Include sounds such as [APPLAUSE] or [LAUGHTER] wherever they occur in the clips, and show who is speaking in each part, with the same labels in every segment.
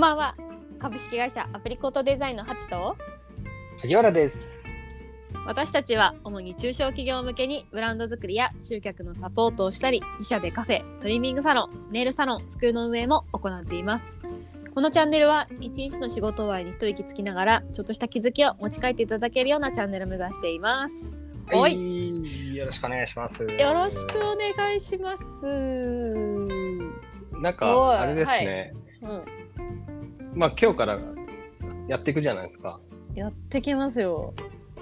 Speaker 1: ばんは株式会社アプリコートデザインのハチと
Speaker 2: 萩原です。
Speaker 1: 私たちは主に中小企業向けにブランド作りや集客のサポートをしたり自社でカフェトリミングサロンネイルサロンスクールの運営も行っていますこのチャンネルは一日の仕事終わりに一息つきながらちょっとした気づきを持ち帰っていただけるようなチャンネルを目指していますは
Speaker 2: はいい、よろしくお願いします。
Speaker 1: よろしくお願いしますうん
Speaker 2: なん
Speaker 1: おい
Speaker 2: かあれですね。まあ今日からやっていくじゃないですか。
Speaker 1: やってきますよ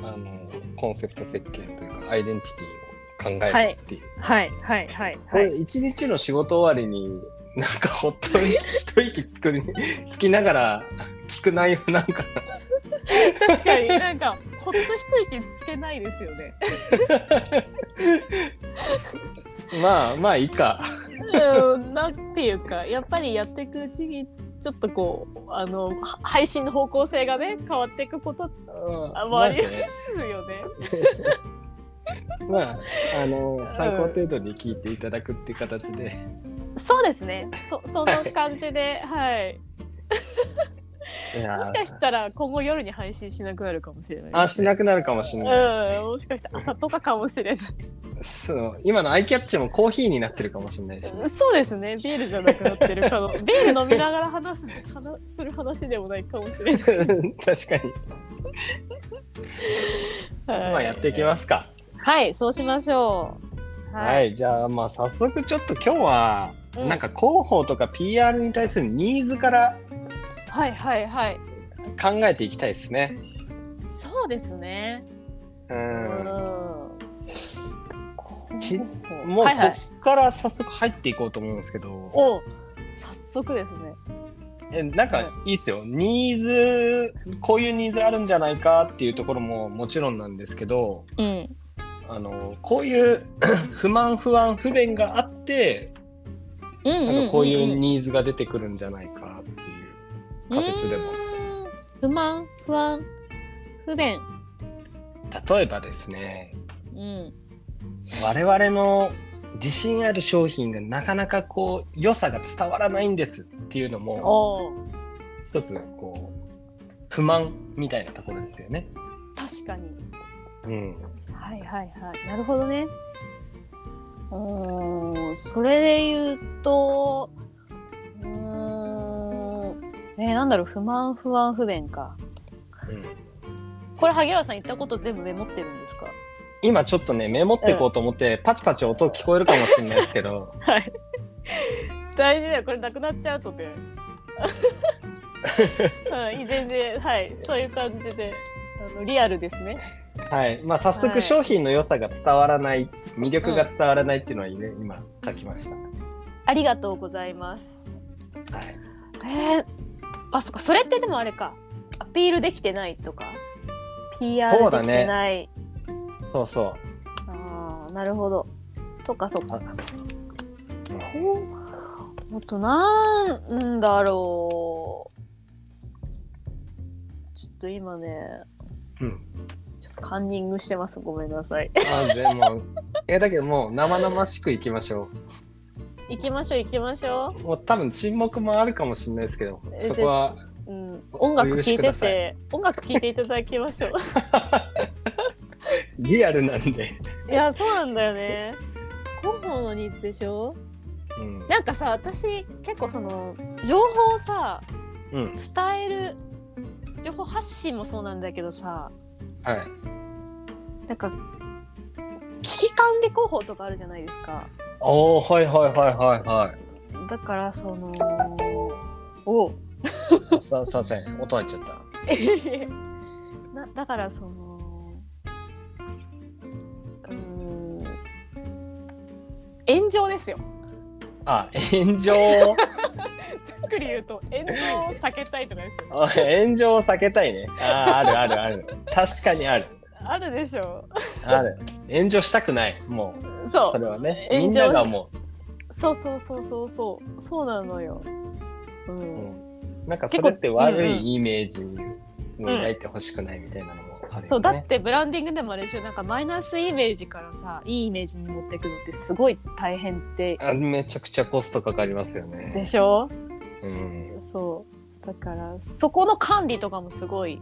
Speaker 2: あのコンセプト設計というかアイデンティティを考
Speaker 1: は
Speaker 2: え
Speaker 1: い
Speaker 2: るっていう。
Speaker 1: はいはいはい
Speaker 2: こ
Speaker 1: は
Speaker 2: れ
Speaker 1: い [LAUGHS]
Speaker 2: 一日の仕事終わりになんかほっとに一
Speaker 1: [LAUGHS]
Speaker 2: 息つくりつきながら聞く内容なんか
Speaker 1: 確かになんかほっと一息つけないですよね
Speaker 2: まあまあいいか。
Speaker 1: うんなんていうかやっぱりやっていくうちにちょっとこうあのは配信の方向性がね変わっていくことであまああり
Speaker 2: ね
Speaker 1: すよね。
Speaker 2: まああの参考程度に聞いていただくっていう形で。
Speaker 1: そうですねそその感じ [LAUGHS] で、はい、
Speaker 2: いやー
Speaker 1: もしかしたら今後夜に配信しなくなるかもしれない、
Speaker 2: あしなくなるかもしれない。
Speaker 1: うん、もしかしたら朝とかかもしれない。
Speaker 2: そう今のアイキャッチもコーヒーになってるかもしれないし。
Speaker 1: そうですね、ビールじゃなくなってる [LAUGHS] かも。ビール飲みながら話す話する話でもないかもしれない。
Speaker 2: [LAUGHS] 確かに。ま
Speaker 1: は
Speaker 2: あ
Speaker 1: い、
Speaker 2: やっていきますか。
Speaker 1: はい、そうしましょう。
Speaker 2: はい、じゃあまあ早速ちょっと今日は、
Speaker 1: うん
Speaker 2: なんか広報とか PR に対するニーズから
Speaker 1: はい、はい、はい。
Speaker 2: 考えていきたいですね。
Speaker 1: そうですね。
Speaker 2: う。
Speaker 1: うんん
Speaker 2: ち
Speaker 1: こう
Speaker 2: もうこ
Speaker 1: はいはい、
Speaker 2: っから早速入っていこうと思うんですけど、
Speaker 1: お早速ですね。
Speaker 2: えなんかいいっすよ。ニーズこういうニーズあるんじゃないかっていうところももちろんなんですけど、
Speaker 1: うん。
Speaker 2: あのこういう [CLEARS THROAT] 不満不安不便があって
Speaker 1: うんうん
Speaker 2: なんかこういうニーズが出てくるんじゃないかっていう仮説でも
Speaker 1: うーん不満、不安、不便。
Speaker 2: 例えばですね
Speaker 1: うん。
Speaker 2: 我々の自信ある商品がなかなかこう良さが伝わらないんですっていうのも
Speaker 1: おお。
Speaker 2: 一つこう不満みたいなところですよね。
Speaker 1: 確かに。
Speaker 2: うん、
Speaker 1: はいはいはい。なるほどね。うーん。それで言うと、うーん。えー、なんだろう、不満、不安、不便か。
Speaker 2: うん、
Speaker 1: これ、萩原さん言ったこと全部メモってるんですか
Speaker 2: 今ちょっとねメモっていこうと思って、パチパチ音聞こえるかもしれないです
Speaker 1: [LAUGHS]
Speaker 2: けど
Speaker 1: はい。大事だよ、これなくなっちゃうとで。
Speaker 2: [LAUGHS]
Speaker 1: うん、全然、はい、そういう感じで、あのリアルですね。
Speaker 2: はい、まあ、早
Speaker 1: はい
Speaker 2: 速商品の良さが伝わらない、魅力が伝わらないっていうのは、ね今書きました。
Speaker 1: ありがとうございます。
Speaker 2: はい、
Speaker 1: えー、あ、そっか、それってでもあれか。アピールできてないとか。
Speaker 2: そ
Speaker 1: PR
Speaker 2: う
Speaker 1: で
Speaker 2: だ
Speaker 1: き
Speaker 2: ね
Speaker 1: てない。
Speaker 2: そうそ
Speaker 1: ああ、なるほど。そっかそっか。
Speaker 2: う。
Speaker 1: あとなんだろう。ちょっと今ね、
Speaker 2: うん、
Speaker 1: ちょっとカンニングしてます。ごめんなさい。
Speaker 2: あ、でも、え、だけど、もう生々しくいきましょ
Speaker 1: 行きましょう行きましょ
Speaker 2: う。もう、多分沈黙もあるかもしれないですけど
Speaker 1: え、
Speaker 2: そこは。
Speaker 1: う、うん、音楽
Speaker 2: お
Speaker 1: 聴
Speaker 2: 許し
Speaker 1: い
Speaker 2: く
Speaker 1: て
Speaker 2: ださ
Speaker 1: て音楽聴いていただきましょう
Speaker 2: [LAUGHS] リアルなんで。
Speaker 1: いやそうなんだよね広報のニーズでしょ
Speaker 2: うん、
Speaker 1: なんかさ私結構その情報をさ
Speaker 2: うん、
Speaker 1: 伝える情報発信もそうなんだけどさ
Speaker 2: はい。
Speaker 1: なんか危機管理広報とかあるじゃないですか
Speaker 2: おお、はいはいはいはいはい。
Speaker 1: だからそのお
Speaker 2: あさ、させん、音入っちゃった。
Speaker 1: [LAUGHS] なだからそのうーん炎上ですよ
Speaker 2: あ、炎上。
Speaker 1: ざっくり言うと炎上を避けたいとかです
Speaker 2: [LAUGHS]
Speaker 1: よ
Speaker 2: あ炎上を避けたいね。あー、あるあるある。確かにある。
Speaker 1: あるでしょ
Speaker 2: ある。炎上したくない。もう。
Speaker 1: そ
Speaker 2: そうれはね、
Speaker 1: 炎上
Speaker 2: みんながも
Speaker 1: そうそうそうそうそうそうなのよう
Speaker 2: う、
Speaker 1: ん、
Speaker 2: うんなんかそれって悪
Speaker 1: 結構うんうん
Speaker 2: いイメージを抱いてほしくないみたいなのもあるよね。
Speaker 1: そうだってブランディングでもあれでしょなんかマイナスイメージからさいいイメージに持っていくのってすごい大変って
Speaker 2: あめちゃくちゃコストかかりますよ
Speaker 1: で
Speaker 2: ね。
Speaker 1: しょ
Speaker 2: うん、
Speaker 1: そうだからそこの管理とかもすごい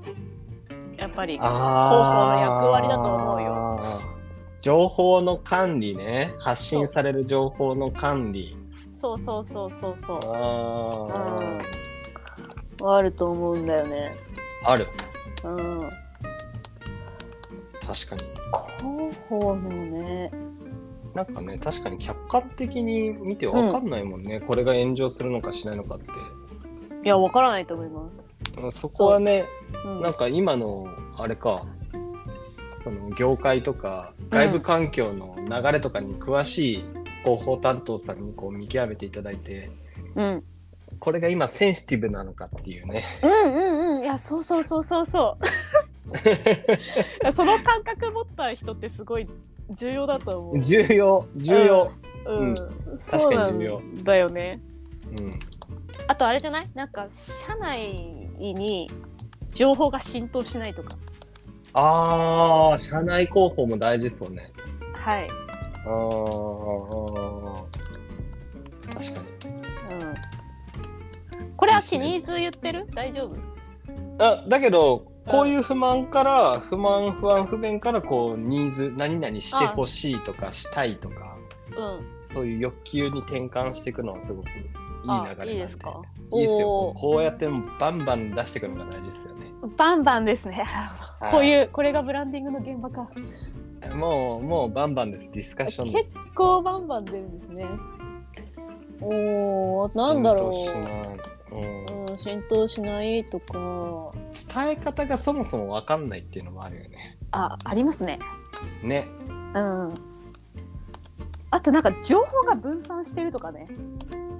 Speaker 1: やっぱり報
Speaker 2: 広
Speaker 1: の役割だと思うよ。
Speaker 2: 情報の管理ね。発信される情報の管理。
Speaker 1: そうそうそうそうそう
Speaker 2: あ
Speaker 1: うんあると思うんだよね
Speaker 2: あ。ある。
Speaker 1: うん
Speaker 2: 確かに。
Speaker 1: 広報のね
Speaker 2: なんかね、確かに客観的に見てわかんないもんね、これが炎上するのかしないのかって。
Speaker 1: いやわからないと思います、
Speaker 2: うんそこはね、
Speaker 1: うん、
Speaker 2: なんか今の、あれか、その業界とか、外部環境の流れとかに詳しい広報担当さんにこう見極めていただいて、
Speaker 1: うん
Speaker 2: これが今センシティブなのかっていうね。 [LAUGHS]
Speaker 1: うんうんうんいやそうそうそうそうそうい
Speaker 2: [LAUGHS]
Speaker 1: やその感覚持った人ってすごい重要だと思う、
Speaker 2: 重要、重要。
Speaker 1: うん
Speaker 2: うん
Speaker 1: そうな
Speaker 2: 確かに重要
Speaker 1: んだよね
Speaker 2: うん。
Speaker 1: あとあれじゃないなんか社内に情報が浸透しないとか
Speaker 2: ああ、社内広報も大事ですもんね。
Speaker 1: はい、
Speaker 2: あー確かに。
Speaker 1: うん、これはシニーズ言ってる大丈夫
Speaker 2: あだけどこういう不満から不満不安不便からこうニーズ何々してほしいとかしたいとか
Speaker 1: うん
Speaker 2: そういう欲求に転換していくのはすごくいい流れ
Speaker 1: あ
Speaker 2: なんで
Speaker 1: いいですか
Speaker 2: いいです
Speaker 1: お
Speaker 2: よ
Speaker 1: ー
Speaker 2: こうやってバンバン出していくのが大事ですよね
Speaker 1: バンバンですね
Speaker 2: はい
Speaker 1: こういうこれがブランディングの現場か
Speaker 2: もうもうバンバンですディスカッションです
Speaker 1: 結構バンバン出るんですねおーなんだろ
Speaker 2: 浸
Speaker 1: う
Speaker 2: 透しないうん
Speaker 1: うん、浸透しないとか
Speaker 2: 伝え方がそもそも分かんないっていうのもあるよね
Speaker 1: あありますね
Speaker 2: ね
Speaker 1: うんあとなんか情報が分散してるとかね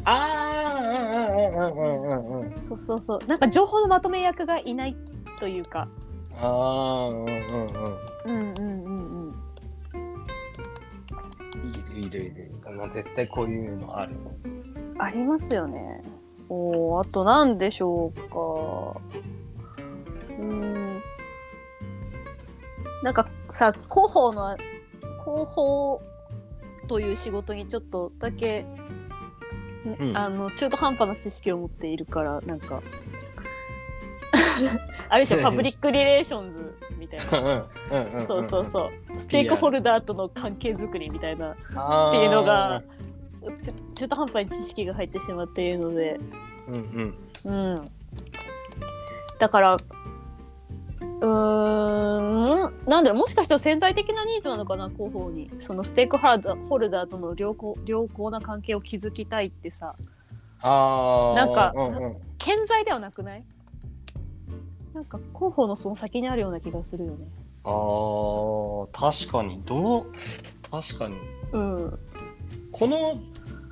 Speaker 2: あーうんうんうんうんうんうん
Speaker 1: そうそうそうなんか情報のまとめ役がいないというか
Speaker 2: あーうんうんうん
Speaker 1: うんうんうんうん
Speaker 2: いるいるいる。まあ絶対こういうのある。
Speaker 1: ありますよね。おーあと何でしょうか。うーん。なんかさ広報の広報という仕事にちょっとだけ、ね
Speaker 2: うん
Speaker 1: あの中途半端な知識を持っているからなんか [LAUGHS] ある種パブリックリレーションズみたいな。そうそう
Speaker 2: う。
Speaker 1: そう。ステークホルダーとの関係づくりみたいな。
Speaker 2: あ
Speaker 1: っ
Speaker 2: ー
Speaker 1: ていうのが。ちょ中途半端に知識が入ってしまっているので、
Speaker 2: うんうん。
Speaker 1: うん、だからうーんなんだろうもしかしたら潜在的なニーズなのかな広報にそのステークホルダーホルダーとの良好良好な関係を築きたいってさ
Speaker 2: ああ。
Speaker 1: なんか
Speaker 2: うんうん
Speaker 1: 健在ではなくないなんか広報のその先にあるような気がするよね。
Speaker 2: あー確かに。どう確かに。
Speaker 1: うん、
Speaker 2: この、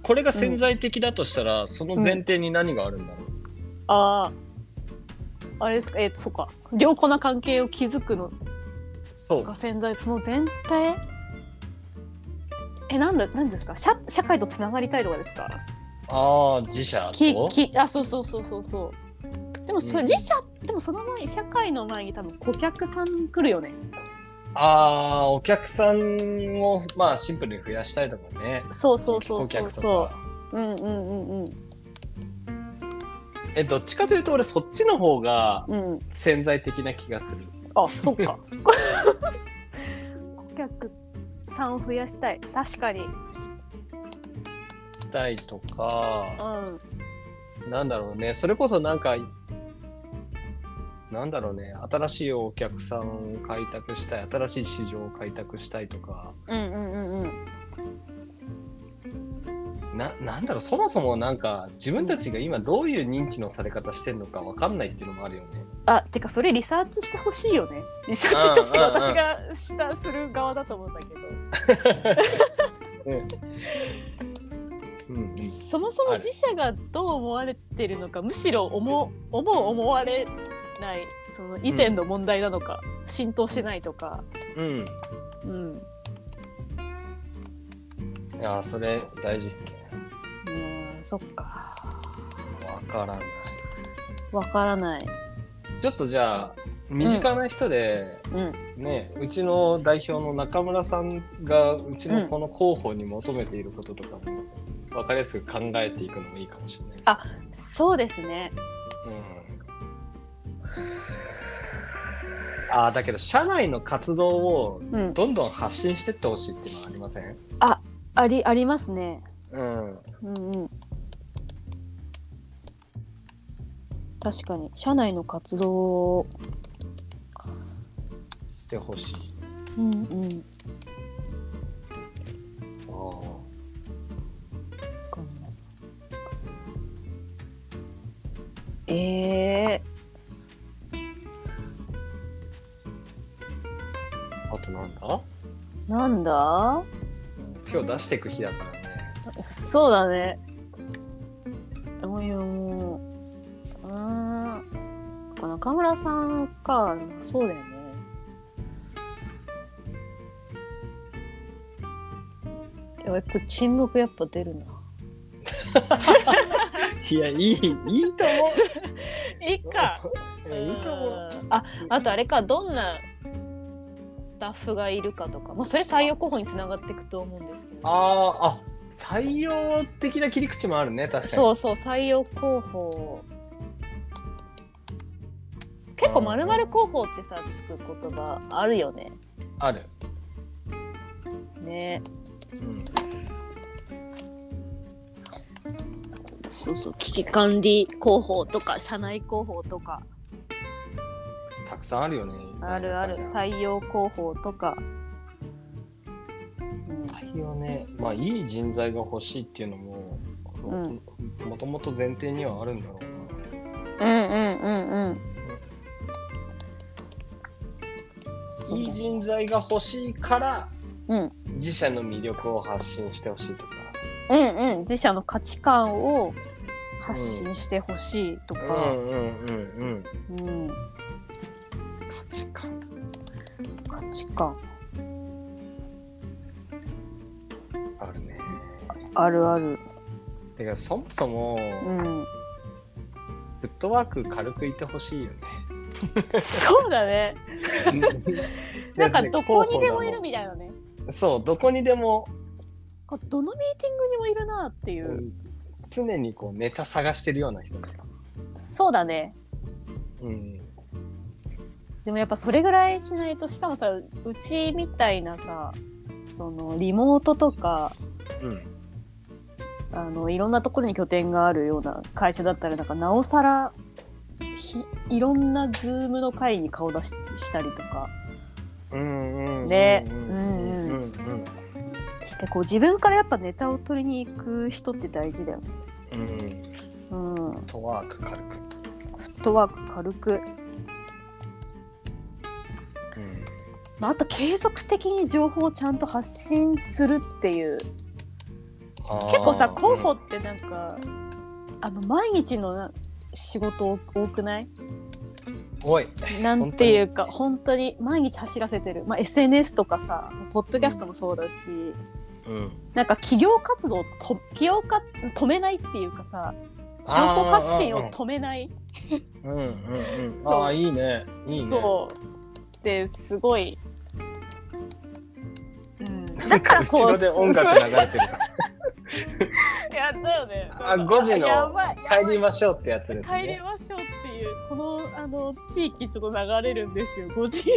Speaker 2: これが潜在的だとしたら、その前提に何があるんだろう。
Speaker 1: あああれですかえっ、とそっか良好な関係を築くの
Speaker 2: そう
Speaker 1: が。潜在その全体えなんだなんですか社社会とつながりたいとかですか
Speaker 2: ああ、自社
Speaker 1: き
Speaker 2: と。
Speaker 1: きあそうそうそうそうそうでもそ、
Speaker 2: うん
Speaker 1: 自社でもその前に社会の前に多分顧客さん来るよね
Speaker 2: ああ、お客さんを、まあ、シンプルに増やしたいとかね。
Speaker 1: そうそうそうそ
Speaker 2: 顧
Speaker 1: う
Speaker 2: 客と
Speaker 1: そ
Speaker 2: か。
Speaker 1: ううんうんうんうん
Speaker 2: え、どっちかというと、俺、そっちの方が
Speaker 1: うん
Speaker 2: 潜在的な気がする。
Speaker 1: あそっ
Speaker 2: [LAUGHS]
Speaker 1: か顧客さんを増やしたい確かにうん
Speaker 2: たいとか。なんだろうね、それこそなんか、なんだろうね、新しいお客さんを開拓したい、新しい市場を開拓したいとか、
Speaker 1: うんうんうんうん
Speaker 2: ななんだろう、そもそもなんか、自分たちが今どういう認知のされ方してるのかわかんないっていうのもあるよね。
Speaker 1: あてかそれリサーチしてほしいよねリサーチしてほしい
Speaker 2: うんうんうん
Speaker 1: 私がしたする側だと思うんだけど
Speaker 2: うんうん、
Speaker 1: そもそも自社がどう思われてるのかむしろ思う思う思われないその以前の問題なのか、浸透してないとか、
Speaker 2: うん。い
Speaker 1: うん、
Speaker 2: やー、それ大事っすね。
Speaker 1: うんそっか
Speaker 2: わからない。
Speaker 1: わからない、
Speaker 2: ちょっとじゃあ、身近な人で、
Speaker 1: うん、
Speaker 2: ね、うちの代表の中村さんがうちのこの広報に求めていることとかも分かりやすく考えていくのもいいかもしれないです。
Speaker 1: あそうですね
Speaker 2: ああ、だけど、社内の活動を
Speaker 1: うん、
Speaker 2: どんどん発信してってほしいっていうのはありません
Speaker 1: ありありますね。
Speaker 2: うん。
Speaker 1: うんうん。確かに社内の活動を、
Speaker 2: してほしい。
Speaker 1: うんうん、
Speaker 2: ああ。
Speaker 1: ごめんなさい。え
Speaker 2: あとなんだ
Speaker 1: ー、なんだ
Speaker 2: 今日出していく日だからね。
Speaker 1: そうだね。もういやもう。うーん。中村さんか。そうだよね。やばい、これ沈黙やっぱ出るな。
Speaker 2: いや、いい、いいと思。
Speaker 1: いいうか。
Speaker 2: [LAUGHS] いやいいと思う。
Speaker 1: あ、あとあれか、どんなスタッフがいるかとか、まあ、それ採用候補につながっていくと思うんですけど。
Speaker 2: ああ、あ、採用的な切り口もあるね、確かに。
Speaker 1: そうそう、採用候補。結構、まるまる候補ってさ、つく言葉あるよね。
Speaker 2: ある。
Speaker 1: ね。
Speaker 2: う
Speaker 1: そうそう、危機管理広報とか、社内広報とか。
Speaker 2: ん。たくさんあるよね。
Speaker 1: あるある、採用広報とか。うん
Speaker 2: 採用ね、まあ、いい人材が欲しいっていうのも、
Speaker 1: ん
Speaker 2: もともと前提にはあるんだろう
Speaker 1: うんうんうんうん。そ
Speaker 2: な。
Speaker 1: う
Speaker 2: い
Speaker 1: だね
Speaker 2: い人材が欲しいから、
Speaker 1: うん
Speaker 2: 自社の魅力を発信してほしいとか。
Speaker 1: うんうん自社の価値観を発信してほしいと
Speaker 2: う
Speaker 1: か、
Speaker 2: んうんうんうん。
Speaker 1: うん
Speaker 2: 価値観。
Speaker 1: 価値観
Speaker 2: あるね。
Speaker 1: あるある、
Speaker 2: てか、そもそも、
Speaker 1: うん、
Speaker 2: フットワーク軽くいてほしいよね。 [LAUGHS]
Speaker 1: そうだね [LAUGHS] なんかどこにでもいる
Speaker 2: み
Speaker 1: みたいなね
Speaker 2: そうどこにでも
Speaker 1: こうどのミーティングにもいるなっていう、
Speaker 2: 常にこうネタ探してるような人とか、
Speaker 1: そうだね
Speaker 2: うん、
Speaker 1: でもやっぱそれぐらいしないとしかもさうちみたいなさそのリモートとか
Speaker 2: うん、
Speaker 1: あのいろんなところに拠点があるような会社だったらなんかなおさらひいろんなズームの会に顔出ししたりとか
Speaker 2: うんうんうん
Speaker 1: ねう
Speaker 2: う
Speaker 1: んうん
Speaker 2: んうん
Speaker 1: してこう自分からやっぱネタを取りに行く人って大事だよね。
Speaker 2: うんフ
Speaker 1: うん、フ
Speaker 2: ットワーク軽く、
Speaker 1: ットワーク軽く、
Speaker 2: うん、
Speaker 1: まあ、あと継続的に情報をちゃんと発信するっていう
Speaker 2: 結
Speaker 1: 結構さ候補ってなんか、あの毎日のな仕事多くない
Speaker 2: おい
Speaker 1: なんていうか本当に毎日走らせてる、まあ、SNS とかさポッドキャストもそうだし、
Speaker 2: うん
Speaker 1: なんか企業活動をと企業か止めないっていうかさ情報発信を止めない
Speaker 2: うんうんうん
Speaker 1: そう
Speaker 2: ああいいねいいね
Speaker 1: そうですごい、うん、
Speaker 2: な
Speaker 1: だ
Speaker 2: んか
Speaker 1: からこう
Speaker 2: 後ろで
Speaker 1: [LAUGHS]
Speaker 2: 音楽流れてる
Speaker 1: いやだよね
Speaker 2: あ5時
Speaker 1: や
Speaker 2: の
Speaker 1: ばい
Speaker 2: 帰りましょうってやつです
Speaker 1: 帰り
Speaker 2: ね
Speaker 1: ましょうっていうこのあの地域ちょっと流れるんですよ5時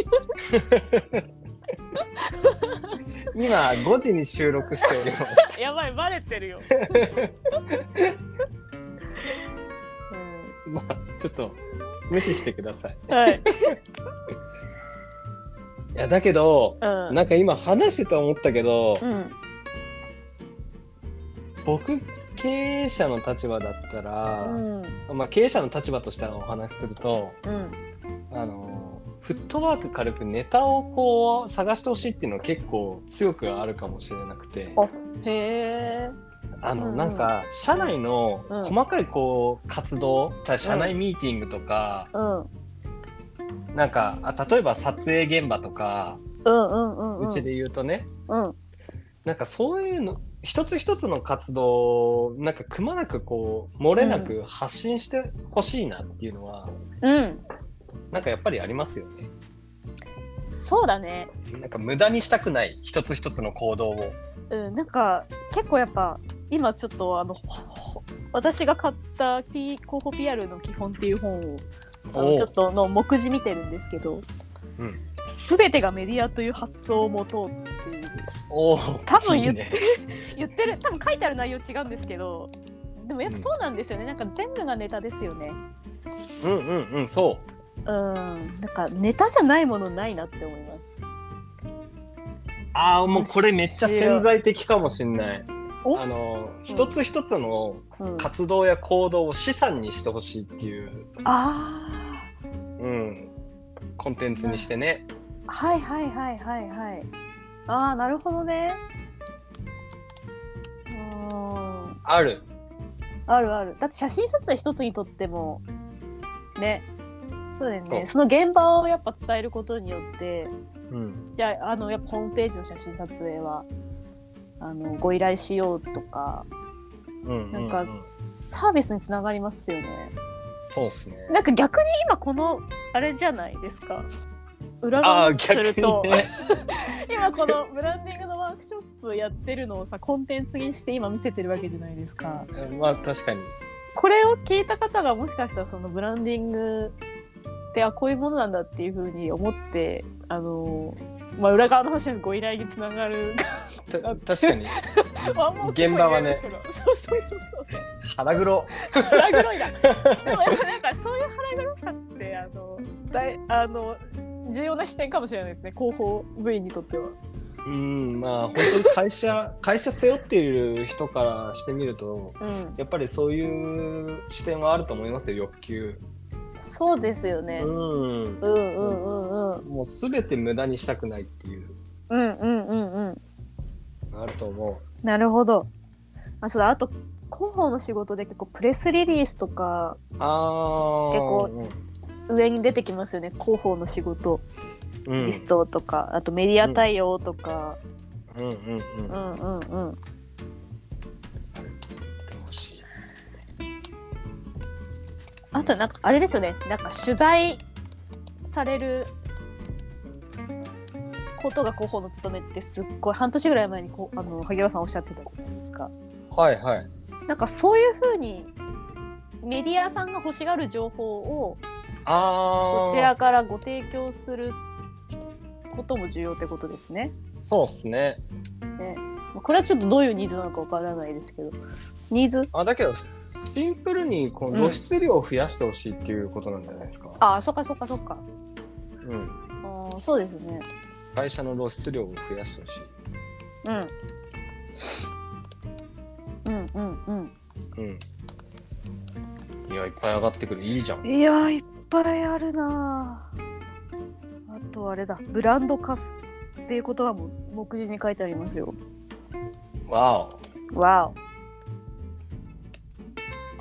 Speaker 2: 今5時に収録しております
Speaker 1: [LAUGHS] やばいバレてる
Speaker 2: [LAUGHS]
Speaker 1: よ、う
Speaker 2: まあちょっと無視してください。
Speaker 1: ん、はい、
Speaker 2: いやだけど、
Speaker 1: うん
Speaker 2: なんか今話してて思ったけど、
Speaker 1: うん
Speaker 2: 僕経営者の立場だったら、
Speaker 1: うん
Speaker 2: まあ経営者の立場としてはお話しすると、
Speaker 1: うん
Speaker 2: あのフットワーク軽くネタをこう探してほしいっていうのは結構強くあるかもしれなくて、
Speaker 1: あへえ
Speaker 2: あの、
Speaker 1: うん
Speaker 2: なんか社内の
Speaker 1: うん
Speaker 2: 細かいこう活動、た社内ミーティングとか、
Speaker 1: うん
Speaker 2: なんかあ例えば撮影現場とか、
Speaker 1: うんうんうん
Speaker 2: うちで言うとね、
Speaker 1: うん
Speaker 2: なんかそういうの一つ一つの活動をなんかくまなくこう漏れなく発信してほしいなっていうのは、
Speaker 1: うん
Speaker 2: なんかやっぱりありますよね
Speaker 1: そうだね
Speaker 2: なんか無駄にしたくない一つ一つの行動を
Speaker 1: うんなんか結構やっぱ今ちょっとあのほほ私が買った P 広報 PR の基本っていう本をあ
Speaker 2: お
Speaker 1: の
Speaker 2: う
Speaker 1: ちょっとの目次見てるんですけど、
Speaker 2: うん
Speaker 1: すべてがメディアという発想を持とうっていう
Speaker 2: おー
Speaker 1: 多分言っ
Speaker 2: いいね
Speaker 1: 言ってる多分書いてある内容違うんですけどでもやっぱそうなんですよね、なんか全部がネタですよね
Speaker 2: うんうんうんそ
Speaker 1: うんなんかネタじゃないものないなって思います
Speaker 2: うああもうこれめっちゃ潜在的かもしんない
Speaker 1: お
Speaker 2: あの一つ一つの
Speaker 1: うん、あ
Speaker 2: 活動や行動を資産にしてほしいっていう、
Speaker 1: あ
Speaker 2: うん、コンテンツにしてね
Speaker 1: ーはいはいはいはいはいああなるほどねうん
Speaker 2: ある
Speaker 1: あるあるだって写真撮影一つにとってもねそうだよ
Speaker 2: そ
Speaker 1: ね
Speaker 2: う
Speaker 1: その現場をやっぱ伝えることによって
Speaker 2: うん
Speaker 1: じゃああのやっぱホームページの写真撮影はあのご依頼しようとか
Speaker 2: うん
Speaker 1: な
Speaker 2: うんん
Speaker 1: か
Speaker 2: うん
Speaker 1: サービスにつながりますよね。
Speaker 2: そうっすね
Speaker 1: なんか逆に今このあれじゃないですか裏
Speaker 2: ああ
Speaker 1: 側
Speaker 2: ー
Speaker 1: にする
Speaker 2: 逆
Speaker 1: と、
Speaker 2: にね
Speaker 1: 今このブランディングのワークショップやってるのをさコンテンツにして今見せてるわけじゃないですか。
Speaker 2: [LAUGHS] まあ確かに
Speaker 1: これを聞いた方がもしかしたらそのブランディングってあこういうものなんだっていうふうに思ってあの、まあ、裏側の話のご依頼につながる [LAUGHS]
Speaker 2: た確かに
Speaker 1: ワンモア
Speaker 2: 現場
Speaker 1: 結構嫌
Speaker 2: はね
Speaker 1: いですけど。そうそうそうそう。
Speaker 2: 腹黒 [LAUGHS]
Speaker 1: 腹黒いな。でもやっぱなんかそういう腹黒さってあの大あの重要な視点かもしれないですね。広報部員にとっては。
Speaker 2: うんまあ本当に会社会社背負っている人からしてみると
Speaker 1: うん。
Speaker 2: やっぱりそういう視点はあると思いますよ欲求
Speaker 1: そうですよね。
Speaker 2: うん
Speaker 1: うんうんうんうん
Speaker 2: もう全て無駄にしたくないっていう
Speaker 1: うんうんうんうん。
Speaker 2: あると思
Speaker 1: なるほど。あそうだあと広報の仕事で結構プレスリリースとか
Speaker 2: うああ
Speaker 1: 結上に出てきますよね。広報の仕事
Speaker 2: うんうん
Speaker 1: リストとか、あとメディア対応とか。
Speaker 2: うんうんうん
Speaker 1: う
Speaker 2: やっ
Speaker 1: んうんうん。
Speaker 2: てほしい
Speaker 1: あとなんかあれですよねなんか取材されることが広報の務めってすっごい半年ぐらい前にこうあの萩原さんおっしゃってたじゃないですか
Speaker 2: はいはい
Speaker 1: なんかそういうふうにメディアさんが欲しがる情報を
Speaker 2: ああ
Speaker 1: こちらからご提供することも重要ってことですね。
Speaker 2: そうっすね
Speaker 1: まあこれはちょっとどういうニーズなのかわからないですけどニーズ
Speaker 2: あだけどシンプルにこの露出量を増やしてほしいっていうことなんじゃないですか、
Speaker 1: ああそっかそっかそっか
Speaker 2: うん、
Speaker 1: あーそうですね。
Speaker 2: 会社の露出量を増やしてほしい
Speaker 1: うんうんうんうん
Speaker 2: うん。いや、いっぱい上がってくる。いいじゃん。
Speaker 1: いやーいっぱいあるなああとあれだブランド化すっていうことがも目次に書いてありますよ
Speaker 2: わ
Speaker 1: わ
Speaker 2: お。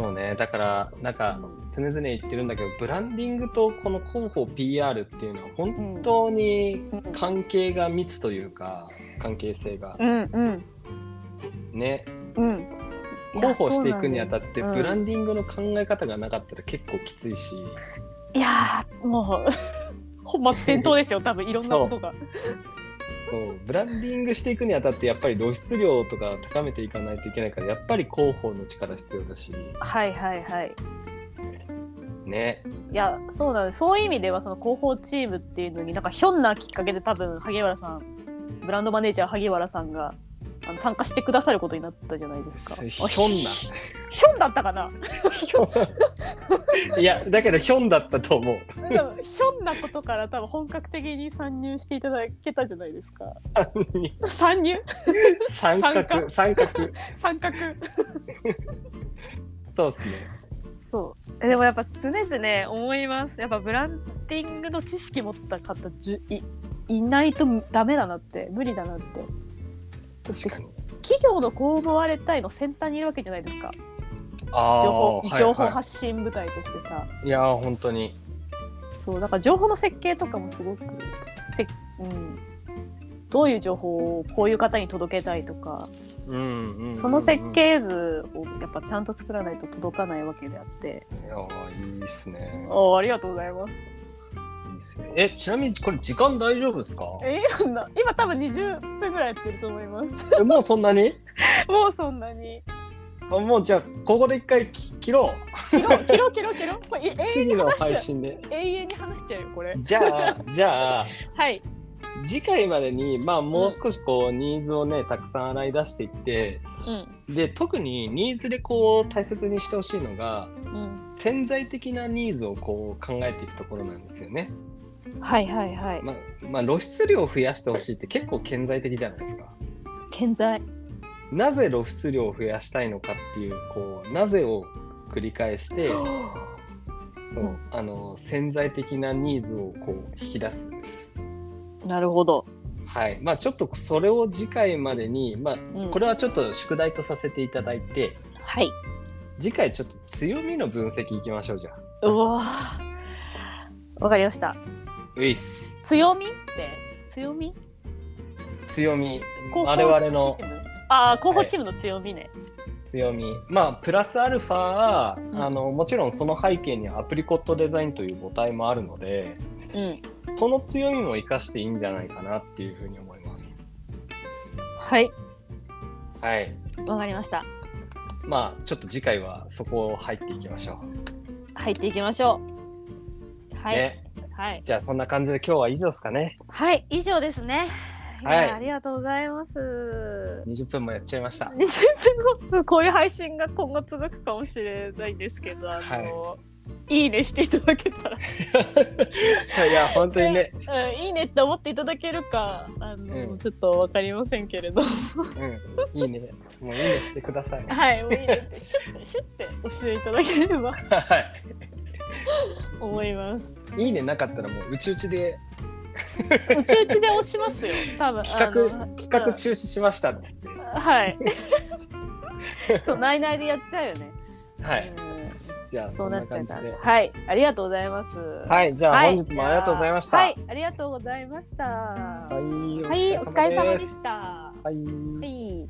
Speaker 2: そうね。だから、なん
Speaker 1: お
Speaker 2: か、常々言ってるんだけど、ブランディングとこの広報 PR っていうのは、
Speaker 1: う
Speaker 2: 本
Speaker 1: ん
Speaker 2: 当に関係が密というか、関係性が。
Speaker 1: うんうん
Speaker 2: ね。
Speaker 1: うんいや
Speaker 2: 広報していくにあたって、
Speaker 1: そうなんです
Speaker 2: ブランディングの考え方がなかったら結構きついし、
Speaker 1: いやーもう [LAUGHS] 本末転倒ですよ多
Speaker 2: [LAUGHS]
Speaker 1: 分いろんなことが
Speaker 2: そう、ブランディングしていくにあたって、やっぱり露出量とか高めていかないといけないから、やっぱり広報の力必要だし、
Speaker 1: はいはいはい
Speaker 2: ね。
Speaker 1: いやそうなんですそういう意味ではその広報チームっていうのになんかひょんなきっかけで多分萩原さんブランドマネージャー萩原さんがあの参加してくださることになったじゃないですか。
Speaker 2: ひょんな。
Speaker 1: ひょんだったか
Speaker 2: [LAUGHS]
Speaker 1: な
Speaker 2: ひょん [LAUGHS] いやだけどひょんだった
Speaker 1: [LAUGHS]
Speaker 2: と思う
Speaker 1: なんかひょんなことから多分本格的に参入していただけたじゃないですか。参入
Speaker 2: 三角三角
Speaker 1: 参画
Speaker 2: そうっすね
Speaker 1: そう。えでもやっぱ常々思います。やっぱブランディングの知識持った方じゅいいないとダメだなって無理だなって。
Speaker 2: 確かに
Speaker 1: 企業のこう思われたいの先端にいるわけじゃないですか。
Speaker 2: あー
Speaker 1: 情報
Speaker 2: はい
Speaker 1: 情報
Speaker 2: は
Speaker 1: 発信部隊としてさ。
Speaker 2: い、いやー本当に
Speaker 1: そうだから情報の設計とかもすごくせ、うん、どういう情報をこういう方に届けたいとか。
Speaker 2: うんうんうんうん
Speaker 1: その設計図をやっぱちゃんと作らないと届かないわけであって。
Speaker 2: いやーいいっすね
Speaker 1: あありがとうございます。
Speaker 2: いいっすねえちなみにこれ時間大丈夫ですか
Speaker 1: え今な今多分20分ぐらいやってると思います。
Speaker 2: えもうそんなに [LAUGHS]
Speaker 1: もうそんなに。
Speaker 2: あもうじゃあここで一回き切ろう
Speaker 1: ケロケロケロケロこれ永遠
Speaker 2: 次
Speaker 1: に
Speaker 2: の配信で
Speaker 1: 永遠に話しちゃうよこれ
Speaker 2: じゃあじゃあ
Speaker 1: はい
Speaker 2: 次回までにまあもう少しこうニーズをねたくさん洗い出していって
Speaker 1: うん
Speaker 2: で特にニーズでこう大切にしてほしいのが
Speaker 1: うん
Speaker 2: 潜在的なニーズをこう考えていくところなんですよね。
Speaker 1: はいはいはい
Speaker 2: まあまあ、露出量を増やしてほしいって結構顕在的じゃないですか。
Speaker 1: 健在
Speaker 2: なぜ露出量を増やしたいのかっていうこうなぜを繰り返してそうあの潜在的なニーズをこう引き出すんです。
Speaker 1: なるほど、
Speaker 2: はいまあ、ちょっとそれを次回までに、まあ、
Speaker 1: うん
Speaker 2: これはちょっと宿題とさせていただいて
Speaker 1: はい
Speaker 2: 次回ちょっと強みの分析いきましょうじゃあ。
Speaker 1: うわーわかりました
Speaker 2: ういっす
Speaker 1: 強みって強み
Speaker 2: 強み
Speaker 1: 広報
Speaker 2: 我々の
Speaker 1: チームああ広報チームの強みね、
Speaker 2: 強みまあプラスアルファは
Speaker 1: ん
Speaker 2: あのもちろんその背景にアプリコットデザインという母体もあるので
Speaker 1: うん
Speaker 2: その強みも生かしていいんじゃないかなっていうふうに思います
Speaker 1: はい
Speaker 2: はい
Speaker 1: わかりました
Speaker 2: まあちょっと次回はそこを入っていきましょ
Speaker 1: 入っていきましょう
Speaker 2: う、
Speaker 1: はい、
Speaker 2: ね
Speaker 1: はい
Speaker 2: じゃあそんな感じで今日は以上ですかね
Speaker 1: はい以上ですねや
Speaker 2: はい
Speaker 1: ありがとうございます
Speaker 2: 20分もやっちゃいました
Speaker 1: 20分後こういう配信が今後続くかもしれないんですけどあの、い、いねしていただけたら、
Speaker 2: いや本当にね、
Speaker 1: うん、いいねって思っていただけるかあの、
Speaker 2: うん
Speaker 1: ちょっとわかりませんけれ
Speaker 2: [LAUGHS]
Speaker 1: ど
Speaker 2: うん、いいねもういいねしてください
Speaker 1: はいもういいねってシュッてシュッて教えていただければ
Speaker 2: は
Speaker 1: 思い
Speaker 2: [LAUGHS]
Speaker 1: ます
Speaker 2: いいいねなかったらもううちうちで
Speaker 1: うちうちで押しますよ多分
Speaker 2: 企
Speaker 1: あ
Speaker 2: 画
Speaker 1: の
Speaker 2: 企画中止しましたっつって
Speaker 1: うんはい
Speaker 2: [LAUGHS]
Speaker 1: そうないないでやっちゃうよね
Speaker 2: はい
Speaker 1: うん
Speaker 2: じゃあ
Speaker 1: そ
Speaker 2: そ
Speaker 1: うんな
Speaker 2: な
Speaker 1: っちゃう
Speaker 2: 感
Speaker 1: ん
Speaker 2: じ
Speaker 1: だ
Speaker 2: で。
Speaker 1: はい、ありがとうございます。はい、
Speaker 2: はい、じゃあ本日もありがとうございました。
Speaker 1: はい、ありがとうございました。は
Speaker 2: はい
Speaker 1: い、お疲れ様で
Speaker 2: し。
Speaker 1: したた。は
Speaker 2: はい
Speaker 1: い。